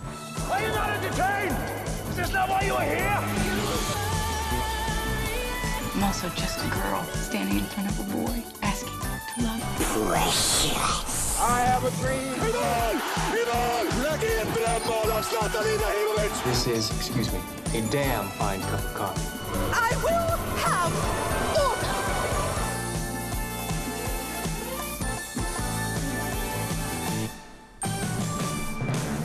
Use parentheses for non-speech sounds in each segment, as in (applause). Why are you not entertained? Is this not why you are here? I'm also just a girl standing in front of a boy asking to love. I have a dream. This is, excuse me, a damn fine cup of coffee. I will have order.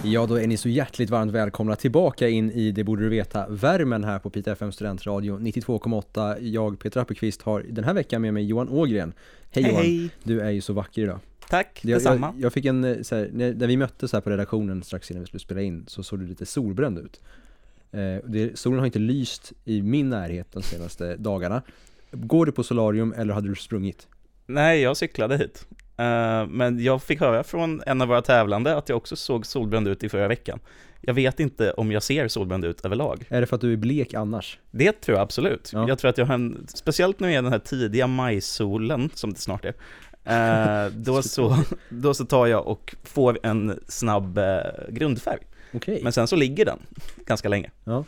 Ja, då är ni så hjärtligt varmt välkomna tillbaka in i Det borde du veta-värmen här på Pita FM Studentradio 92,8. Jag, Peter Appelqvist, har den här veckan med mig Johan Ågren. Hej, Hej, Johan! hej. Du är ju så vacker idag. Tack, Jag, detsamma. jag, jag fick en, eh, så här, när, när vi möttes här på redaktionen strax innan vi skulle spela in så såg du lite solbränd ut. Eh, det, solen har inte lyst i min närhet de senaste dagarna. Går du på solarium eller hade du sprungit? Nej, jag cyklade hit. Eh, men jag fick höra från en av våra tävlande att jag också såg solbränd ut i förra veckan. Jag vet inte om jag ser solbränd ut överlag. Är det för att du är blek annars? Det tror jag absolut. Ja. Jag tror att jag har en, speciellt nu i den här tidiga majsolen, som det snart är, eh, då, så, då så tar jag och får en snabb eh, grundfärg. Okej. Men sen så ligger den ganska länge. Ja.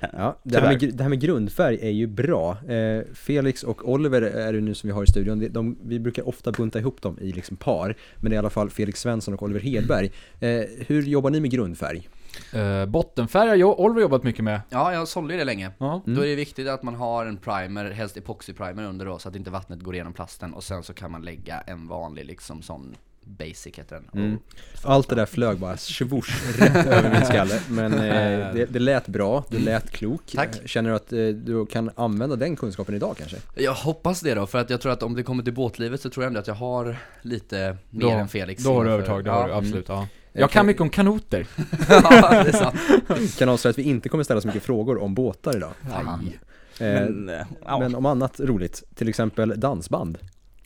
Eh, Ja, det, här med, tyvärr. gr- det här med grundfärg är ju bra. Eh, Felix och Oliver är det nu som vi har i studion. De, de, vi brukar ofta bunta ihop dem i liksom par, men det är i alla fall Felix Svensson och Oliver Hedberg. Eh, hur jobbar ni med grundfärg? Eh, bottenfärg har jag, Oliver jobbat mycket med. Ja, jag sålde ju det länge. Ja. Mm. Då är det viktigt att man har en primer, helst epoxyprimer under då, så att inte vattnet går igenom plasten. Och sen så kan man lägga en vanlig liksom sån basic heter den. Mm. Och- Allt det där flög bara svors rätt över min skalle, men eh, det, det lät bra, du lät klok. Tack. Eh, Känner du att eh, du kan använda den kunskapen idag kanske? Jag hoppas det då, för att jag tror att om det kommer till båtlivet så tror jag ändå att jag har lite mer Då- än Felix. Då har du innanför- övertag, det Ja. (laughs) har du absolut. Ja. mm. Eh, Jag kan mycket om kanoter. ja, det är sant. Kan avslöja att vi inte kommer ställa så mycket frågor om båtar idag. Fan. Eh, Men, eh, ja, men om annat roligt, till exempel dansband.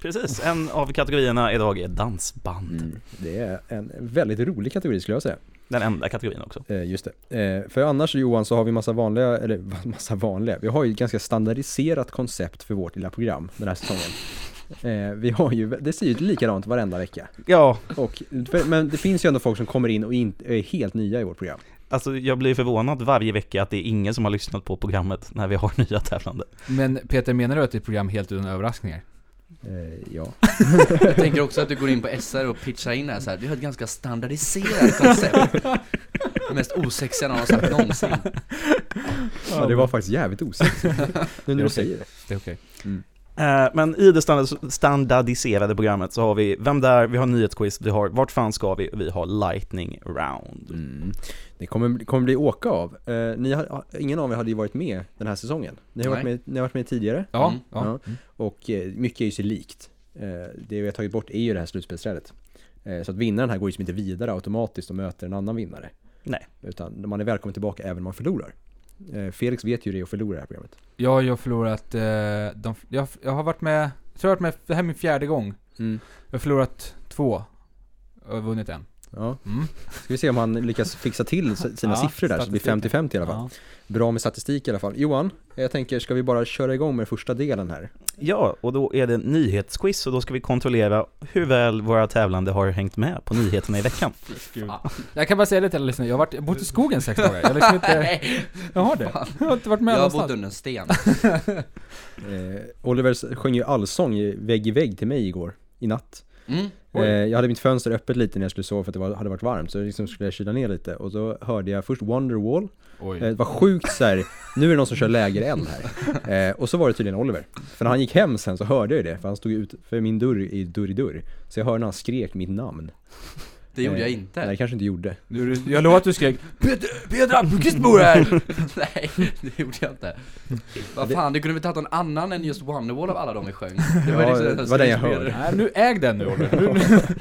precis. En av kategorierna idag är dansband. Mm. Det är en väldigt rolig kategori skulle jag säga. Den enda kategorin också. Eh, just det. Eh, för annars Johan så har vi massa vanliga, eller (laughs) va- massa vanliga, vi har ju ett ganska standardiserat koncept för vårt lilla program den här säsongen. Eh, vi har ju, det ser ju ut likadant varenda vecka. Ja, Och, för, men det finns ju ändå folk som kommer in och inte, är helt nya i vårt program. Alltså jag blir förvånad varje vecka att det är ingen som har lyssnat på programmet när vi har (laughs) nya tävlande. (laughs) Men Peter, menar du att det är ett program helt utan överraskningar? Eh, ja. Jag tänker också att du går in på SR och pitchar in det här så här. Vi har ett ganska standardiserat koncept. Det mest osexiga någon har sagt (laughs) någonsin. ja, det var faktiskt jävligt osexigt. (laughs) Nu när du är okej. säger det. Det är okej. Eh, Men i det standard- standardiserade programmet så har vi Vem där? Vi har nyhetsquiz, vi har Vart fan ska vi? Och vi har Lightning Round. Mm. Det kommer, det kommer bli åka av. Eh, ni har, ingen av er hade ju varit med den här säsongen. Ni har, varit Nej. med, ni har varit med tidigare. Ja, Mm. ja. Ja. Och eh, mycket är ju sig likt. Eh, det vi har tagit bort är ju det här slutspelsträdet. Eh, så att vinnaren här går ju liksom inte vidare automatiskt och möter en annan vinnare. Nej. Utan man är välkommen tillbaka även om man förlorar. Eh, Felix vet ju det och förlorar det här programmet. Ja, jag har förlorat, eh, de, jag, jag har varit med, jag tror jag har varit med, det här är min fjärde gång. Mm. Jag har förlorat två. Och vunnit en. Ja. Mm. Ska vi se om han lyckas fixa till s- sina Ja, siffror där så det blir statistiken. 50-50 i alla fall. Bra med statistik i alla fall. Johan, jag tänker ska vi bara köra igång med första delen här? Ja, och då är det nyhetsquiz och då ska vi kontrollera hur väl våra tävlande har hängt med på nyheterna i veckan. Jag kan bara säga det till alla lyssnare, jag har varit, jag har bott i skogen sex dagar. Jag, har liksom inte, (laughs) Nej, jag har det. Jag har inte varit med jag har bott någonstans. under en sten. Eh, Oliver s- sjöng ju allsång i- vägg i vägg till mig igår, i natt. Mm. Eh, jag hade mitt fönster öppet lite när jag skulle sova för att det var, hade varit varmt, så jag liksom skulle jag kyla ner lite. Och då hörde jag först Wonderwall, eh, det Oj. var sjukt så här. nu är det någon som kör lägereld här. Eh, och så var det tydligen Oliver. För när han gick hem sen så hörde jag ju det, för han stod ju ut för min dörr i dörr i dörr. Så jag hörde när han skrek mitt namn. Det gjorde Eh, jag Nej, det inte. kanske inte gjorde. Du, du- jag lovar att du skrek Peter, Peter Appelqvist (laughs) bor här! (laughs) Nej, det gjorde jag inte. Vad fan, du kunde väl tagit någon annan än just Wonderwall av alla de vi sjöng? Det Ja, liksom- det var den jag hörde. Nej, "Äh, nu äg (laughs) den nu Oliver. Nu-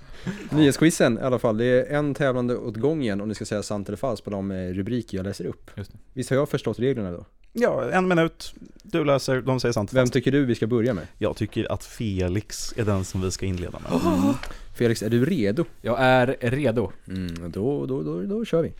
(laughs) Nyhetsquizen i alla fall, det är en tävlande åt gången om ni ska säga sant eller falskt på de eh, rubriker jag läser upp. Just det. Visst har jag förstått reglerna då? (laughs) Ja, en minut. Du löser, de säger sant. Vem tycker du vi ska börja med? Jag tycker att Felix är den som vi ska inleda (gasps) med. Mm. Felix, är du redo? Jag är redo. Mm, då, då, då, då kör vi.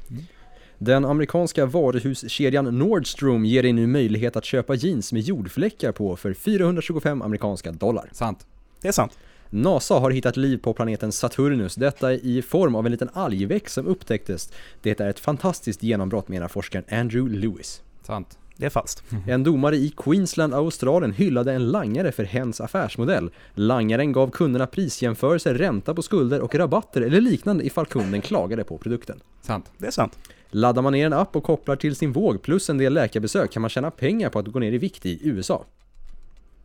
Den amerikanska varuhuskedjan Nordstrom ger dig nu möjlighet att köpa jeans med jordfläckar på för 425 amerikanska dollar. Sant. Det är sant. NASA har hittat liv på planeten Saturnus, detta i form av en liten algväxt som upptäcktes. Det är ett fantastiskt genombrott menar forskaren Andrew Lewis. Sant. Det är falskt. En domare i Queensland, Australien hyllade en langare för hens affärsmodell. Langaren gav kunderna prisjämförelser, ränta på skulder och rabatter eller liknande ifall kunden klagade på produkten. Sant. Det är sant. Laddar man ner en app och kopplar till sin våg plus en del läkarbesök kan man tjäna pengar på att gå ner i vikt i USA.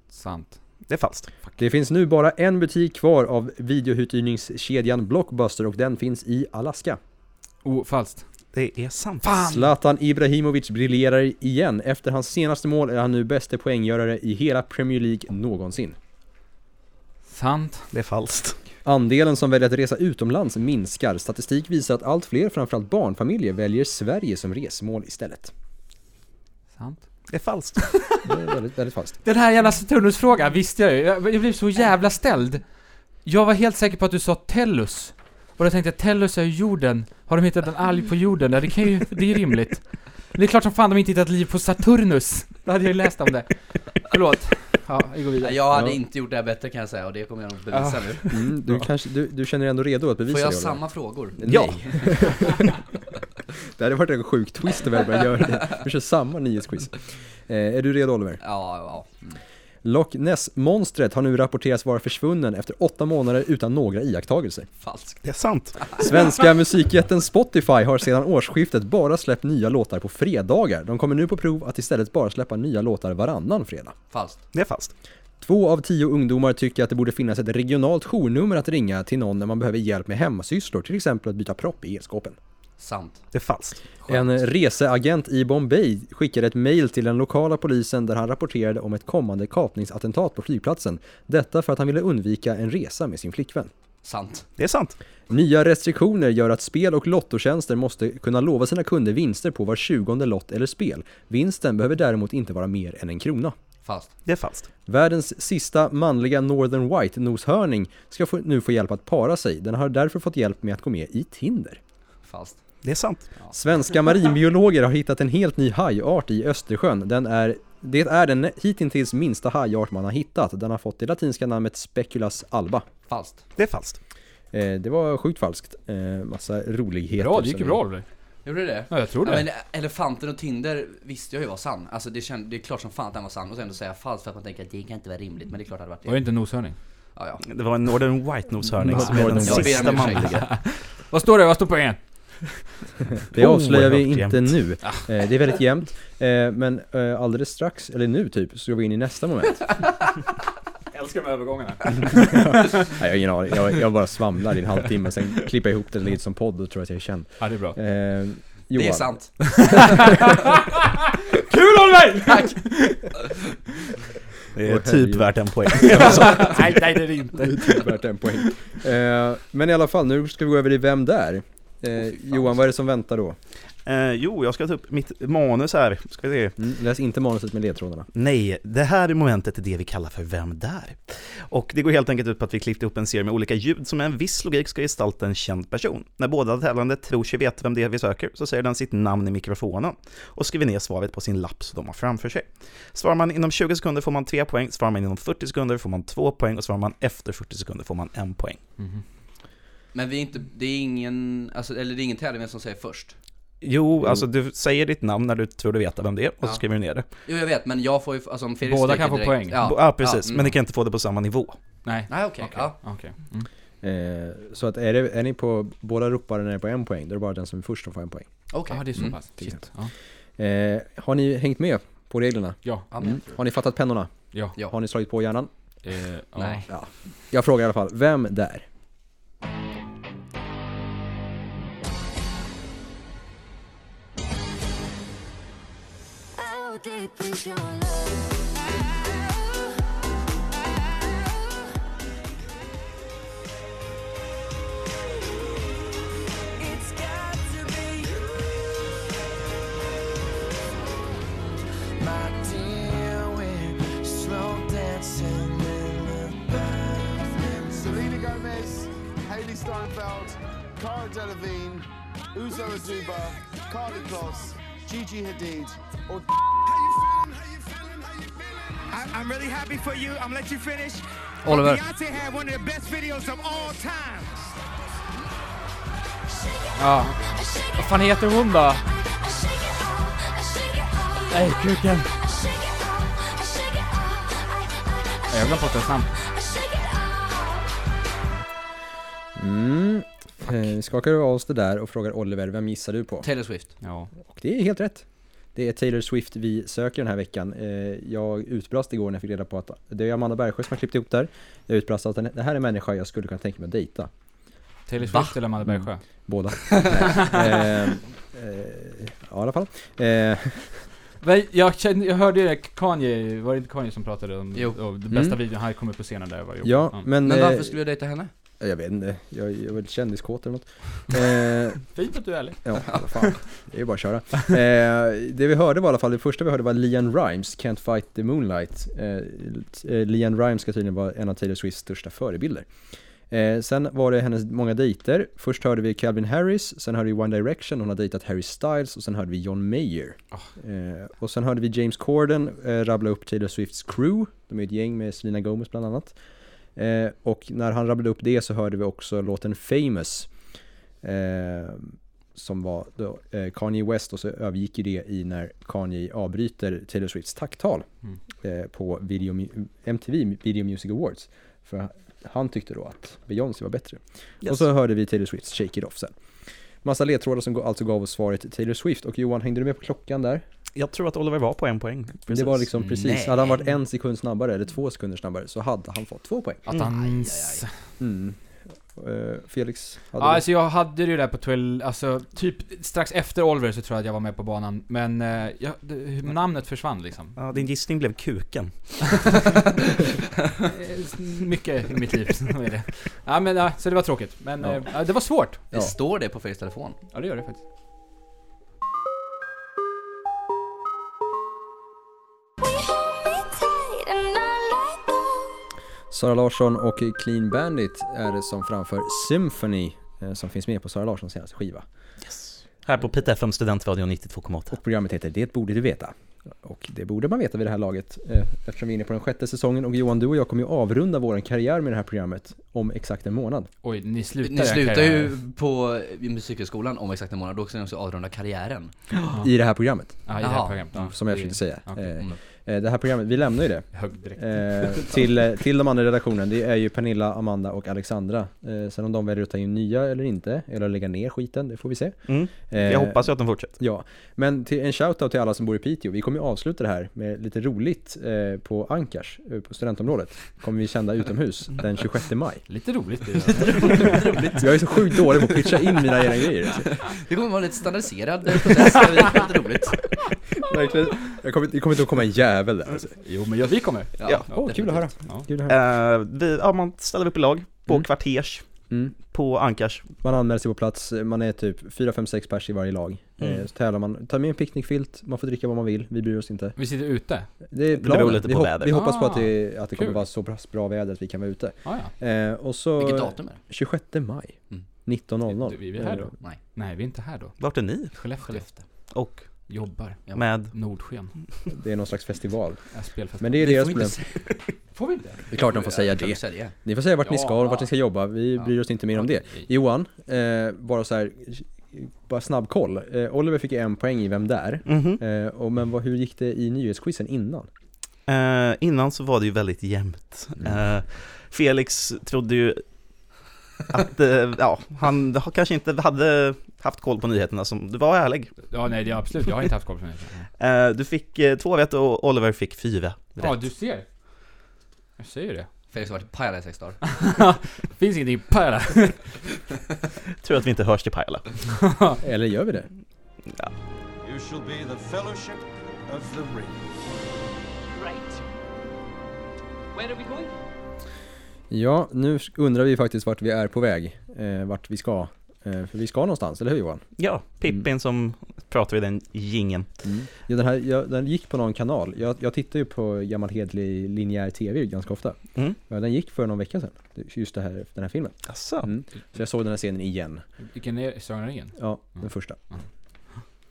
Sant. Det är falskt. Det finns nu bara en butik kvar av videouthyrningskedjan Blockbuster och den finns i Alaska. Oh, falskt. Det är sant. Zlatan Ibrahimovic briljerar igen. Efter hans senaste mål är han nu bäste poänggörare i hela Premier League någonsin. Sant. Det är falskt. Andelen som väljer att resa utomlands minskar. Statistik visar att allt fler, framförallt barnfamiljer, väljer Sverige som resmål istället. Sant. Det är falskt. Det är väldigt, väldigt falskt. Den här jävla Saturnus-frågan visste jag ju. Jag, jag blev så jävla ställd. Jag var helt säker på att du sa Tellus. Och då tänkte jag, Tellus är ju jorden. Har de hittat en alg på jorden? Ja, det kan ju, det är ju rimligt. Men det är klart som fan de inte hittat liv på Saturnus. Då hade jag ju läst om det. Förlåt. Ja, vi går vidare. Jag hade Ja. inte gjort det här bättre kan jag säga och det kommer jag nog bevisa nu. Mm, du, kanske, du, du känner dig ändå redo att bevisa Får jag det? Olle? samma frågor? Nej. det hade varit en sjuk twist om jag började göra det. Vi kör samma nyhetsquiz. Eh, är du redo Oliver? Ja, ja. Mm. Loch Ness-monstret har nu rapporterats vara försvunnen efter åtta månader utan några iakttagelser. Falskt. Det är sant. Svenska musikjätten Spotify har sedan årsskiftet bara släppt nya låtar på fredagar. De kommer nu på prov att istället bara släppa nya låtar varannan fredag. Falskt. Det är falskt. Två av tio ungdomar tycker att det borde finnas ett regionalt journummer att ringa till någon när man behöver hjälp med hemmasysslor, till exempel att byta propp i elskåpen. Sant. Det är falskt. En reseagent i Bombay skickade ett mejl till den lokala polisen där han rapporterade om ett kommande kapningsattentat på flygplatsen. Detta för att han ville undvika en resa med sin flickvän. Sant. Det är sant. Nya restriktioner gör att spel och lottotjänster måste kunna lova sina kunder vinster på var tjugonde lott eller spel. Vinsten behöver däremot inte vara mer än en krona. Falskt. Det är falskt. Världens sista manliga Northern White-noshörning ska få, nu få hjälp att para sig. Den har därför fått hjälp med att gå med i Tinder. Falskt. Det är sant. Svenska marinbiologer har hittat en helt ny hajart i Östersjön. Den är, det är den hittills minsta hajart man har hittat. Den har fått det latinska namnet Speculas alba. Falskt. Det är falskt. Eh, det var sjukt falskt. Eh, massa roligheter. Bra, det gick ju som- bra Oliver. Gjorde du det? Ja, jag tror det. Ja, men elefanten och Tinder visste jag ju var sann. Alltså det, känd, det är klart som fan att den var sann. Och sen då säga falskt för att man tänker att det kan inte vara rimligt. Men det är klart att det hade Var det varit det. inte en noshörning? Ja, ja. Det var en Northern White-noshörning som är Northern den White. sista Jag ber om ursäkt. manliga. Vad står det? Vad står E? poängen? Det avslöjar vi Oerhört inte nu. Ah. Eh, det är väldigt jämnt. Eh, men eh, alldeles strax, eller nu typ, så går vi in i nästa (laughs) moment. Älskar de övergångarna. Nej, jag har ingen aning. Jag, jag bara svamlar i en halvtimme, sen klipper jag ihop det lite som podd och tror att jag är känd. Ja, det är bra. Eh, Det är Johan, sant. Kul Oliver! Det Åh, är herregud. typ värt en (laughs) poäng. nej, nej det är det inte. det är typ värt en poäng. Eh, men i alla fall, nu ska vi gå över i Vem där? Eh, Johan, vad är det som väntar då? Eh, jo, jag ska ta upp mitt manus här. Ska vi se. Mm, läs inte manuset med ledtrådarna. Nej, det här momentet är det vi kallar för Vem där? Och det går helt enkelt ut på att vi klippt ihop en serie med olika ljud som med en viss logik ska gestalta en känd person. När båda tävlande tror sig veta vem det är vi söker så säger den sitt namn i mikrofonen och skriver ner svaret på sin lapp som de har framför sig. Svarar man inom 20 sekunder får man 3 poäng, svarar man inom 40 sekunder får man 2 poäng och svarar man efter 40 sekunder får man 1 poäng. Mhm. Men vi är inte, det är ingen, alltså, eller det är ingen tävling vem som säger först. Jo, alltså du säger ditt namn när du tror du vet vem det är och så skriver du ner det. Jo jag vet, men jag får ju, alltså om Felix Båda stryker kan få direkt- poäng. Ja, precis, mm. men ni kan inte få det på samma nivå. Nej. Nej okej, ja. Okej. Mm. Eh, så att är, det, är ni på, båda ropar när ni är på en poäng, då är det bara den som är först som får en poäng. Okej. Ja, det är så Mm. pass. Shit. Ja. Eh, har ni hängt med på reglerna? Mm. Ja. Ja, men- Har ni fattat pennorna? Ja. Ja. Har ni slagit på hjärnan? Eh, ja. Nej. Jag frågar i alla fall, vem där? How deep is your love? It's got to be you, My dear, we're slow dancing in the bathroom. Selena Gomez, Haley Steinfeld, Cara Delevingne, Uzo Aduba, Carly Kloss, Gigi Hadid, or I, I'm really happy for you. I'm gonna let you finish. Oliver. Beyonce had one of the best videos of all time. Ja. Vad fan heter hon då? Nej, kuken. Jag har glömt bort hennes namn. Mm. Eh, Vi skakar av oss det där och frågar Oliver, vem gissar du på? Taylor Swift. Ja. Och det är helt rätt. Det är Taylor Swift vi söker den här veckan. Eh, Jag utbrast igår när jag fick reda på att det är Amanda Bergsjö som har klippt ihop där. Jag utbrast att den- det här är en människa jag skulle kunna tänka mig att dejta. Taylor Swift eller Amanda Bergsjö? Båda. Nej. eh, eh, ja, i alla fall. Eh, Nej, jag, kände, jag hörde ju det, Kanye, var det inte Kanye som pratade om, Jo. om den bästa Mm. videon, han kom upp på scenen där och var ihop. ja, men... Men eh, varför skulle jag dejta henne? Jag vet inte. Jag, jag är väl kändiskåt eller något. Eh, Fint att du är ärlig. Ja, vad fan. Det är ju bara att köra. Eh, det vi hörde var i alla fall, det första vi hörde var Leanne Rimes, Can't Fight the Moonlight. Eh, t- eh, Leanne Rimes ska tydligen vara en av Taylor Swifts största förebilder. Eh, sen var det hennes många dejter. Först hörde vi Calvin Harris, sen hörde vi One Direction, hon har dejtat Harry Styles och sen hörde vi John Mayer. Eh, och sen hörde vi James Corden eh, rabbla upp Taylor Swifts crew, de är ett gäng med Selena Gomez bland annat. Eh, och när han rabblade upp det så hörde vi också låten Famous. Eh, som var då, eh, Kanye West och så övergick ju det i när Kanye avbryter Taylor Swifts tacktal Mm. eh, på Video, Mu- MTV Video Music Awards. För han tyckte då att Beyoncé var bättre. Och så hörde vi Taylor Swifts Shake It Off sen. Massa ledtrådar som alltså gav oss svaret Taylor Swift. Och Johan, hängde du med på klockan där? Jag tror att Oliver var på en poäng. Det var liksom precis, Nej. hade han varit en sekund snabbare eller två sekunder snabbare så hade han fått två poäng. Att han... Dans. Mm. Eh, Felix, Ja, hade du? alltså jag hade det där på Twill, alltså typ strax efter Oliver så tror jag att jag var med på banan, men eh, jag, det, hur- namnet försvann liksom. Ja, din gissning blev kuken. (laughs) Mycket i mitt liv som är det. Ja men ja, så det var tråkigt, men Ja. eh, ja. det var svårt. Det står det på Felix telefon. Ja det gör det faktiskt. Sara Larsson och Clean Bandit är det som framför Symphony eh, som finns med på Sara Larssons senaste skiva. Här på Pite FM Studentradion 92,8. Programmet heter Det borde du veta. Och det borde man veta vid det här laget eh, eftersom vi är inne på den sjätte säsongen och Johan, du och jag kommer ju avrunda vår karriär med det här programmet om exakt en månad. Oj, ni slutar Ni slutar ju på i musikhögskolan om exakt en månad, då ska ni också avrunda karriären. I det här programmet, Ja, i det här Jaha. programmet. Ja. som jag försökte säga. okej, Eh, mm. eh, Det här programmet, vi lämnar ju det. Högdräkt. (laughs) Eh, till, eh, till de andra i redaktionen, det är ju Pernilla, Amanda och Alexandra. Eh, sen om de väljer att ta in nya eller inte, eller lägga ner skiten, det får vi se. Mm. Eh, Jag hoppas ju att de fortsätter. Ja, men till en shoutout till alla som bor i Piteå. Vi kommer ju avsluta det här med lite roligt eh, på Ankars, eh, på studentområdet. Kommer vi kända utomhus den 26 (laughs) maj. Lite roligt det där. Jag är så sjukt dålig på att pitcha in mina egna grejer. Det kommer vara lite standardiserad eh, process, det är väldigt roligt. (laughs) Verkligen. Jag kommer, det kommer inte att komma en jävel där. Alltså. Jo men jag, vi kommer. Ja. Åh, kul att höra. Ja. Kul att höra. Eh, vi, ja, man ställer upp i lag på Mm. kvarters, Mm. på ankars. Man anmäler sig på plats, man är typ 4, 5, 6 pers i varje lag. Eh, Mm. så tävlar man, tar med en picknickfilt, man får dricka vad man vill, vi bryr oss inte. Vi sitter ute. Det är beror planen. lite vi, på hop- vädret. vi hoppas på att Ah, det, att det kommer kul. vara så pass bra väder att vi kan vara ute. Ah, ja. Eh, och så... Vilket datum är det? 26 maj, Mm. 19.00. Vi- vi är här då. Eh, Nej, Nej, vi är inte här då. Vart är ni? Skellefteå. Skellefteå. Och Jobbar. Ja. med? Nordsken. Det är någon slags festival. Ja, Spelfest. Men det är Vi deras får inte problem. säga- Får vi inte? Det är klart de får säga Jag kan det. sälja. Ni får säga vart ni Ja. ska och vart ni ska jobba. Vi bryr oss inte mer om det. Johan, eh, bara så här, bara snabbkoll. Eh, Oliver fick en poäng i Vem där? Mhm. Eh, och men vad, hur gick det i nyhetsquizen innan? Eh, innan så var det ju väldigt jämnt. Eh, Felix trodde ju att, eh, ja, han har kanske inte hade haft koll på nyheterna som, du var ärlig. Ja, nej, det är absolut. Jag har inte haft koll på det. Eh, du fick eh, två rätt och Oliver fick fyra Ja, rätt. du ser. Jag säger det. Felix har varit i Pajala i sex dagar. Finns ingenting i Pajala. Tror att vi inte hörs till Pajala. Eller gör vi det? You shall be the Fellowship of the Ring. Ja, nu undrar vi faktiskt vart vi är på väg. Eh, vart vi ska. Eh, för vi ska någonstans, eller hur Johan? Ja, Pippin som pratar i den gingen. Ja, den, här, jag, den gick på någon kanal. Jag, jag tittar ju på gammal hedlig linjär TV ganska ofta. Mm. Ja, den gick för någon vecka sedan. Just det här, den här filmen. Asså. Mm. Så jag såg den här scenen igen. Mm. Vilken är Sagan om ringen? Ja, den första.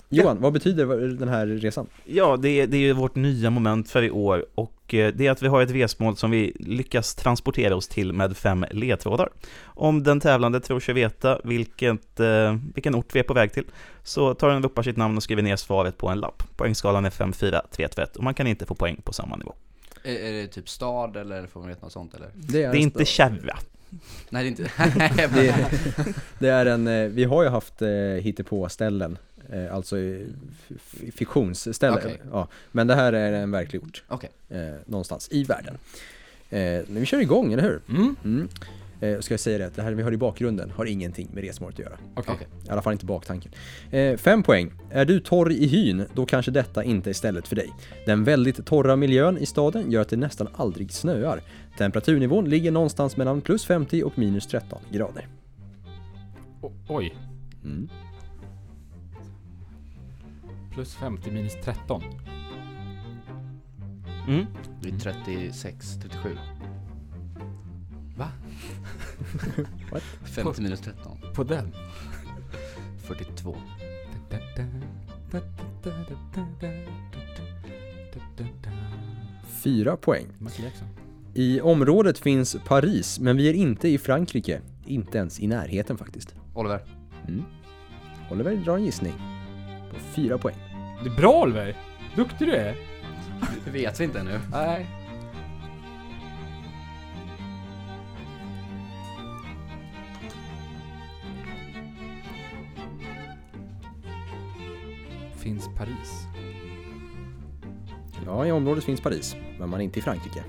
Johan, vad betyder den här resan? Ja, det är, det är ju vårt nya moment för i år och eh, det är att vi har ett resmål som vi lyckas transportera oss till med fem ledtrådar. Om den tävlande tror sig veta vilket, eh, vilken ort vi är på väg till så tar den och uppar sitt namn och skriver ner svaret på en lapp. Poängskalan är 5, 4, 3, 1 och man kan inte få poäng på samma nivå. Är, är det typ stad eller får man veta något sånt eller? Det är inte kärra. Nej det är inte... (laughs) det, är- det är en, eh, vi har ju haft eh, hittepå-ställen, eh, alltså eh, f- fiktionsställen. Okej. Ja, men det här är en verklig ort. Okej. eh, någonstans i världen. Eh, men vi kör igång, eller hur? Mm. Eh, ska jag säga det, att det här vi har i bakgrunden har ingenting med resmålet att göra. Okej. I alla fall inte baktanken. Eh, fem poäng. Är du torr i hyn, då kanske detta inte är stället för dig. Den väldigt torra miljön i staden gör att det nästan aldrig snöar. Temperaturnivån ligger någonstans mellan plus 50 och minus 13 grader. Mm. O- oj. Plus 50 minus 13. Mm. Det är 36, 37. (laughs) Va? 50 minus 13. På den? 42. Fyra poäng. Michael Jackson. I området finns Paris, men vi är inte i Frankrike. Inte ens i närheten faktiskt. Mm. Oliver. Oliver drar en gissning. På fyra poäng. Det är bra Oliver! Duktig du är! Det vet vi inte ännu. Nej. Finns Paris? Ja, i området finns Paris, men man är inte i Frankrike.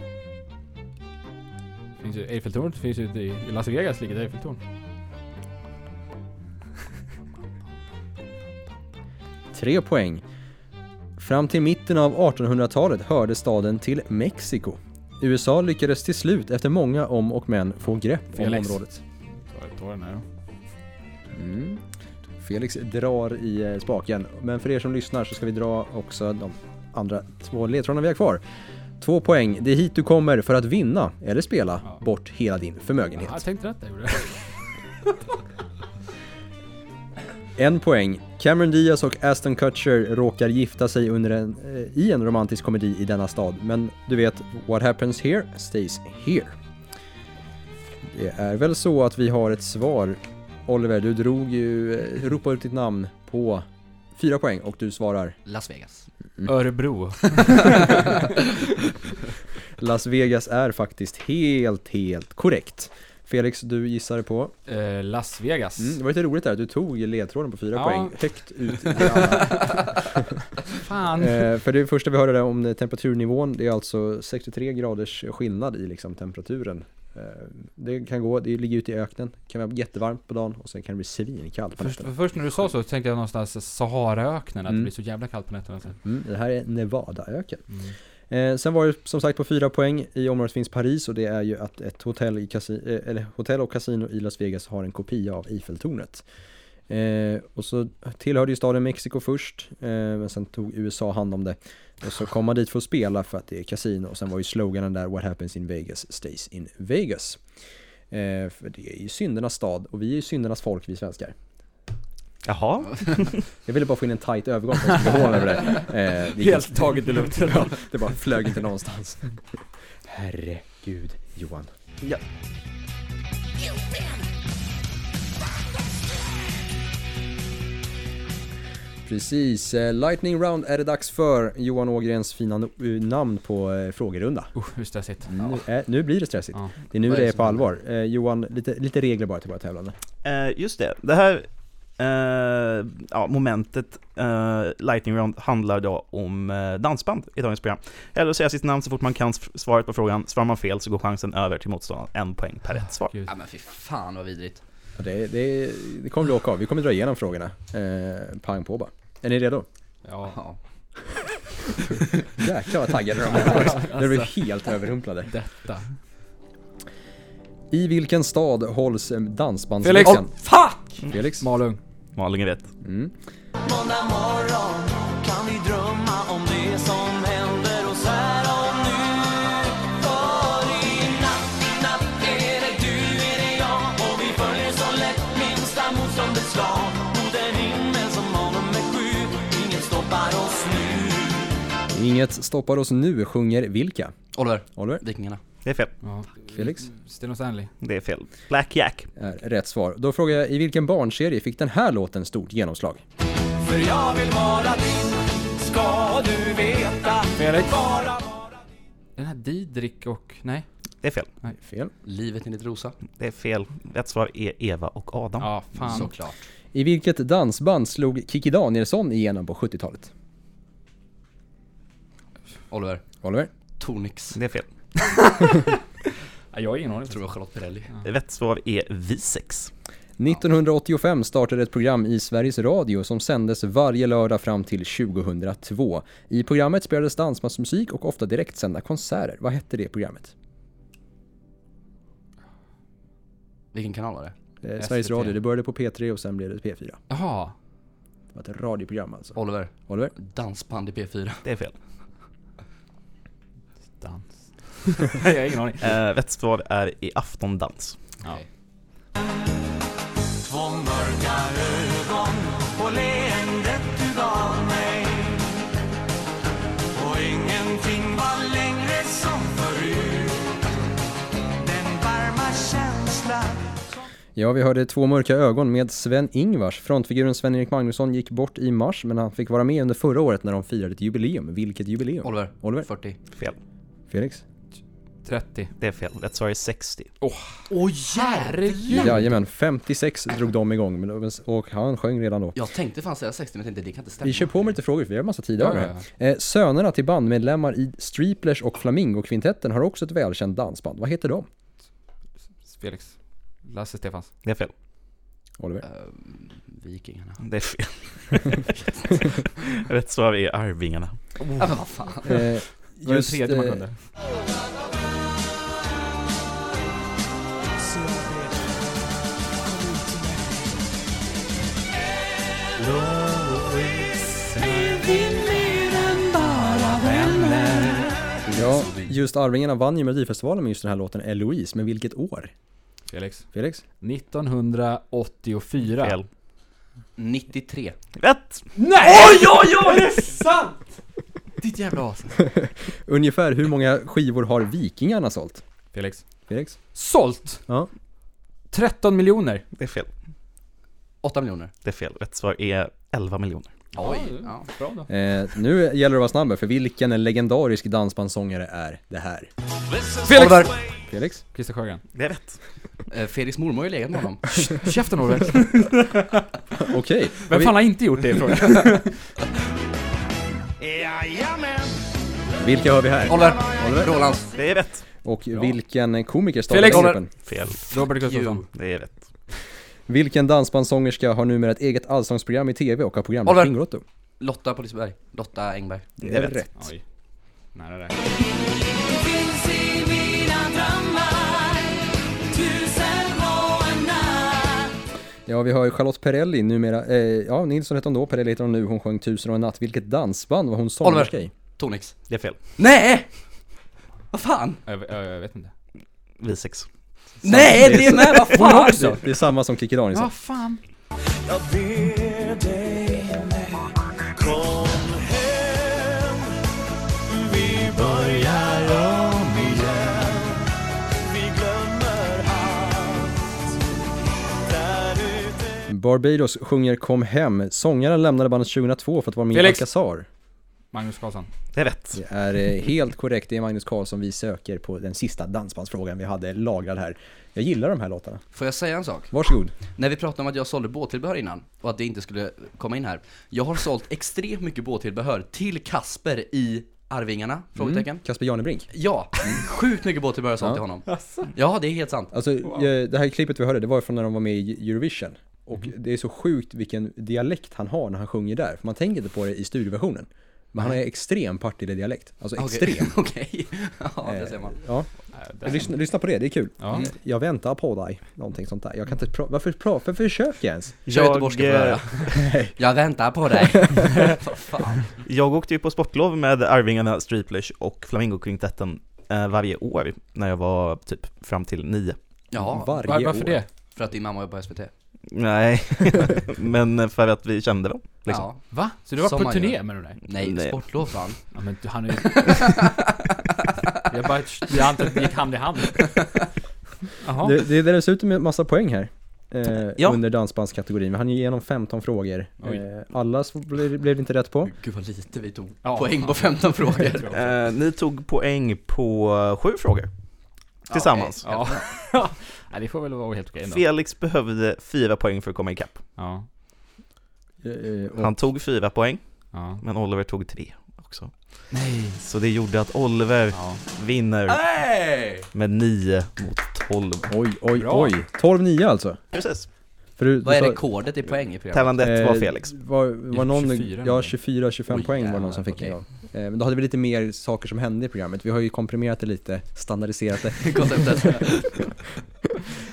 Finns ju Eiffeltornet finns ju ute i i Las Vegas ligger ett Eiffeltorn. Tre poäng. Fram till mitten av 1800-talet hörde staden till Mexiko. USA lyckades till slut efter många om och men få grepp om Felix. området. Ta- Ta den här då. Mm. Felix drar i eh, spaken, men för er som lyssnar så ska vi dra också de andra två ledtrådarna vi har kvar. Två poäng. Det är hit du kommer för att vinna eller spela bort hela din förmögenhet. Ja, jag tänkte rätt där gjorde jag. En poäng. Cameron Diaz och Aston Kutcher råkar gifta sig under en, eh, i en romantisk komedi i denna stad. Men du vet, what happens here stays here. Det är väl så att vi har ett svar. Oliver, du drog ju, eh, ropade ut ditt namn på fyra poäng och du (laughs) svarar Las Vegas. Örebro. Las Vegas är faktiskt helt, helt korrekt. Felix, du gissade på. Eh, Las Vegas. Mm, det var lite roligt där, du tog ledtråden på fyra Ja. poäng högt (laughs) ut Fan. Eh, för det första vi hörde där om eh, temperaturnivån, det är alltså 63 graders skillnad i liksom temperaturen. Eh, Det kan gå, det ligger ute i öknen, kan vara jättevarmt på dagen och sen kan det bli svinkallt på Först, nätterna. för först när du sa så tänkte jag någonstans Saharaöknen, att Mm. det blir så jävla kallt på nätterna. Mm. sen. Mm, det här är Nevadaöken. Eh, sen var det som sagt på fyra poäng, i området finns Paris och det är ju att ett hotell, i kasi- eh, eller hotell och kasino i Las Vegas har en kopia av Eiffeltornet. Eh, och så tillhörde ju staden Mexiko först, eh, men sen tog USA hand om det. Och så kom man dit för att spela för att det är kasino och sen var ju sloganen där What happens in Vegas stays in Vegas. Eh, för det är ju syndernas stad och vi är ju syndernas folk vi svenskar. Jaha, Jag ville bara få in en tight övergång för att jag skulle gå över det. Eh, det gick inte. Helt taget i luften. Ja, det bara flög inte någonstans. Herregud, Johan. ja. Precis, eh, Lightning Round är det dags för. Johan Ågrens fina no- eh, namn på eh, frågerunda. Usch, hur stressigt. Nu, eh, nu blir det stressigt. Ja. Det är nu Vad är det det är på som allvar. Eh, Johan, lite, lite regler bara till våra tävlande. Eh, just det, det här eh, ja, momentet eh, Lightning Round handlar då om eh, dansband i dagens program. Eller att säga sitt namn så fort man kan s- svaret på frågan. Svarar man fel så går chansen över till motståndaren. En poäng per rätt svar. Gud. Ja men fy fan vad vidrigt. Ja, Det, det, det kommer bli åka av. Vi kommer dra igenom frågorna. Eh, pang på bara. Är ni redo? Ja, Ja. Jäklar vad taggade de är. Nu blir vi helt överrumplade. detta. I vilken stad hålls eh, Felix! dansbandsveckan? fuck! Felix? Malung. Malung är rätt. Måndag morgon kan vi drömma om det som händer oss här och nu. För i natt, i natt är det du, är det jag och vi följer så lätt minsta motståndets lag mot en himmel som morgon med sju. I stoppar oss nu Inget stoppar oss nu sjunger vilka? Oliver, Oliver, Vikingarna. Det är fel. Felix Sten Stanley. Det är fel. Black Jack. är rätt svar. Då frågar jag, i vilken barnserie fick den här låten stort genomslag? För jag vill vara din, ska du veta Felix. Bara Den här Didrik och... Nej. Det är fel. Fel. Livet enligt Rosa. Mm. Det är fel. Rätt svar är Eva och Adam. Ja, fan. Såklart. I vilket dansband slog Kikki Danielsson igenom på 70-talet? Oliver, Oliver? Tonix. Det är fel. Ja, jag har ingen aning. Jag tror det var Charlotte Perrelli. Rätt svar är Visex. 1985 startade ett program i Sveriges Radio som sändes varje lördag fram till 2002. I programmet spelades dansbandsmusik och ofta direktsända konserter. Vad hette det programmet? Vilken kanal var det? Eh, Sveriges SVT. Radio, det började på P3 och sen blev det P4. Det Jaha. var ett radioprogram alltså. Oliver, Oliver? dansband i P4. Det är fel. Dans. (laughs) jag har ingen aning. Eh, rätt svar är i Aftondans. Ja. två mörka ögon och leendet du gav mig Och ingenting var längre som förut Den varma känslan Ja, vi hörde Två mörka ögon med Sven-Ingvars. Frontfiguren Sven-Erik Magnusson gick bort i mars, men han fick vara med under förra året när de firade ett jubileum. Vilket jubileum? Oliver, Oliver? 40. Fel. Felix? 30. Det är fel. Rätt svar är 60. Åh herregud! Jajamän, 56 drog de igång men- och han sjöng redan då. Jag tänkte fan säga 60 men jag tänkte det kan inte stämma. Vi kör på med lite frågor för vi har massa tid Ja, över ja, här. Eh, sönerna till bandmedlemmar i Streeplers och Flamingokvintetten har också ett välkänt dansband. Vad heter de? Felix. Lasse Stefans. Det är fel. Oliver? Ehm, Vikingarna. Det är fel. Rätt svar är Arvingarna. Ja men vad fan. Eh, (laughs) Var det tredje man eh, kunde? Ja, just Arvingarna vann ju Melodifestivalen med just den här låten Eloise, men vilket år? Felix. Felix? 1984. Fel. 93. Rätt! Nej! Oj, oj, oj! Är det sant? Ditt jävla as. Ungefär hur många skivor har Vikingarna sålt? Felix. Felix? Sålt! Ja. 13 miljoner. Det är fel. 8 miljoner. Det är fel. Rätt svar är 11 miljoner. Oj. Ja. Bra då. Eh, nu gäller det att vara snabb här, för vilken en legendarisk dansbandssångare är det här? Felix! (laughs) Felix? Christer Sjögren. Det är rätt. Eh, Felix mormor har ju legat med honom. Käften (laughs) Oliver. Okej. Vem fan har inte gjort det i frågan? Vilka hör vi här? Oliver. Rolands. Det är rätt. Och vilken komiker startade Felix! gruppen? Fel. Robert Gustafsson. Det är rätt. Vilken dansbandssångerska har numera ett eget allsångsprogram i TV och har programmet Oliver. Bingolotto? Lotta på Liseberg. Lotta Engberg. Det är rätt. rätt. Oj. Nära det. finns i mina drömmar Tusen och en natt Ja, vi har ju Charlotte Perrelli numera, eh, ja Nilsson hette hon då, Perrelli heter hon nu, hon sjöng Tusen och en natt. Vilket dansband var hon sångerska i? Tonix. Det är fel. Nej! Vad fan? Jag, jag, jag vet inte. Visex. Nej det är med, (laughs) vad fan! Det, det är samma som Kikki Danielsson. Vad fan? Jag ber dig nu, kom hem Vi börjar om igen Vi glömmer allt där ute Barbados sjunger Kom hem. Sångaren lämnade bandet 2002 för att vara med i Felix. Alcazar. Magnus Karlsson. Det är rätt. Det är eh, helt korrekt, det är Magnus Karlsson vi söker på den sista dansbandsfrågan vi hade lagrad här. Jag gillar de här låtarna. Får jag säga en sak? Varsågod. När vi pratade om att jag sålde båttillbehör innan och att det inte skulle komma in här. Jag har sålt extremt mycket båttillbehör till Kasper i Arvingarna? Frågetecken. Kasper Mm. Janebrink. Ja, sjukt mycket båttillbehör har jag sålt till honom. Ja, det är helt sant. Alltså eh, det här klippet vi hörde, det var från när de var med i Eurovision. Och det är så sjukt vilken dialekt han har när han sjunger där. För man tänker inte på det i studioversionen. Men han har extrem Partille-dialekt. Alltså extrem. Eh, Okej. (laughs) Ja, det ser man. Ja, lyssna, lyssna på det, det är kul. Ja. Mm. Jag väntar på dig. Någonting sånt där. Jag kan inte pra- varför, pra- varför försöker jag ens? Kör göteborgska eh, för att höra. (laughs) Jag väntar på dig. Vad fan. Jag åkte ju på sportlov med Arvingarna, Streeplers och Flamingokvintetten eh, varje år när jag var typ fram till nio. Jaha, Varje Var, varför år. det? för att din mamma jobbar på SVT. Nej, (laughs) men för att vi kände dem. Liksom. Ja. Va? Så du var Som på man turné gör. med de där? Nej, Nej. sportlov sa han. Ja men du, (laughs) han är ju... jag bara, jag antar att det gick hand i hand. Jaha. Det, det delas ut en massa poäng här. Eh, Ja. Under dansbandskategorin. Vi hann ju igenom 15 frågor. Oj. Eh, alla så blev, blev det inte rätt på. Gud vad lite vi tog Ja. poäng på (laughs) 15 frågor. Eh, ni tog poäng på sju frågor. Tillsammans. Ja, okej. Ja. Nej, det får väl vara helt okej ändå. Felix behövde fyra poäng för att komma ikapp. Ja. Eh, eh, och, Han tog fyra poäng, Ja. men Oliver tog tre också. Nej. Så det gjorde att Oliver Ja. vinner Nej! med 9 mot 12. oj, oj, Bra. oj. 12-9 alltså. Precis. För du, Vad du är sa- rekordet i poäng i programmet? Tävlande ett var eh, Felix. liksom. Var, var någon, 24 ja någon. 24-25 Oj, poäng var det någon som jävlar, fick en gång. Eh, Men då hade vi lite mer saker som hände i programmet. Vi har ju komprimerat det lite, standardiserat (laughs) det. Konceptet.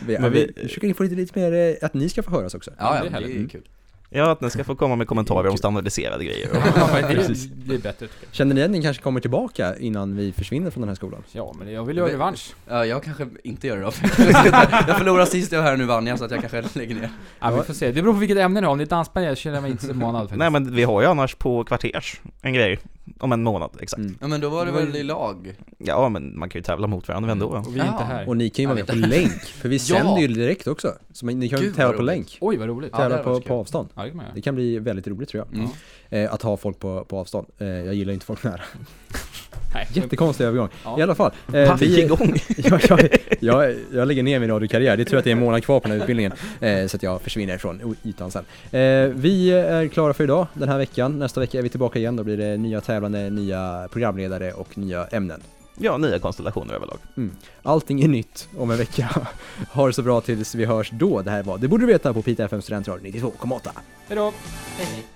Vi, Men vi, vi- vi försöker få lite, lite mer, eh, att ni ska få höras också. Ja, ja, Det är men det är ju härligt. kul. Ja, att ni ska få komma med kommentarer om standardiserade grejer. Och Ja, men det, det är bättre tycker jag. Känner ni att ni kanske kommer tillbaka innan vi försvinner från den här skolan? Ja, men jag vill ju ha revansch. Ja, jag kanske inte gör det då. (laughs) för jag- jag förlorade sist jag var här, nu vann jag så att jag kanske (laughs) lägger ner. Ja, vi får se. Det beror på vilket ämne ni har. Om det är dansband, jag känner mig inte så månad faktiskt. Nej men vi har ju annars på kvarters en grej, om en månad exakt. Mm. Ja men då var det Det var väl ju- i lag? Ja men man kan ju tävla mot varandra ändå. va? Och vi är inte Ja. här. Och ni kan ju vara med Jag på vet länk, för (laughs) vi sänder ju direkt också. Så man- ni kan ju Gud, tävla vad på roligt. länk. Oj, vad roligt. Ja, det Tävla hade på, varit på kul. avstånd. Ja, det kan man göra. Det kan bli väldigt roligt tror jag. Mm. Eh, att ha folk på, på avstånd. Eh, jag gillar ju inte folk nära. Nej, Jättekonstig övergång. Ja. I alla fall. Pang Eh, vi, (laughs) igång! jag, jag, jag, jag lägger ner min radiokarriär. Det tror jag att det är en månad kvar på den här utbildningen. Eh, så att jag försvinner från ytan sen. Eh, vi är klara för idag den här veckan. Nästa vecka är vi tillbaka igen. Då blir det nya tävlande, nya programledare och nya ämnen. Ja, nya konstellationer överlag. Allting är nytt om en vecka. (laughs) Ha det så bra tills vi hörs då. Det här var Det borde du veta på Pita FM Studentradio 92,8. Hejdå! Hej.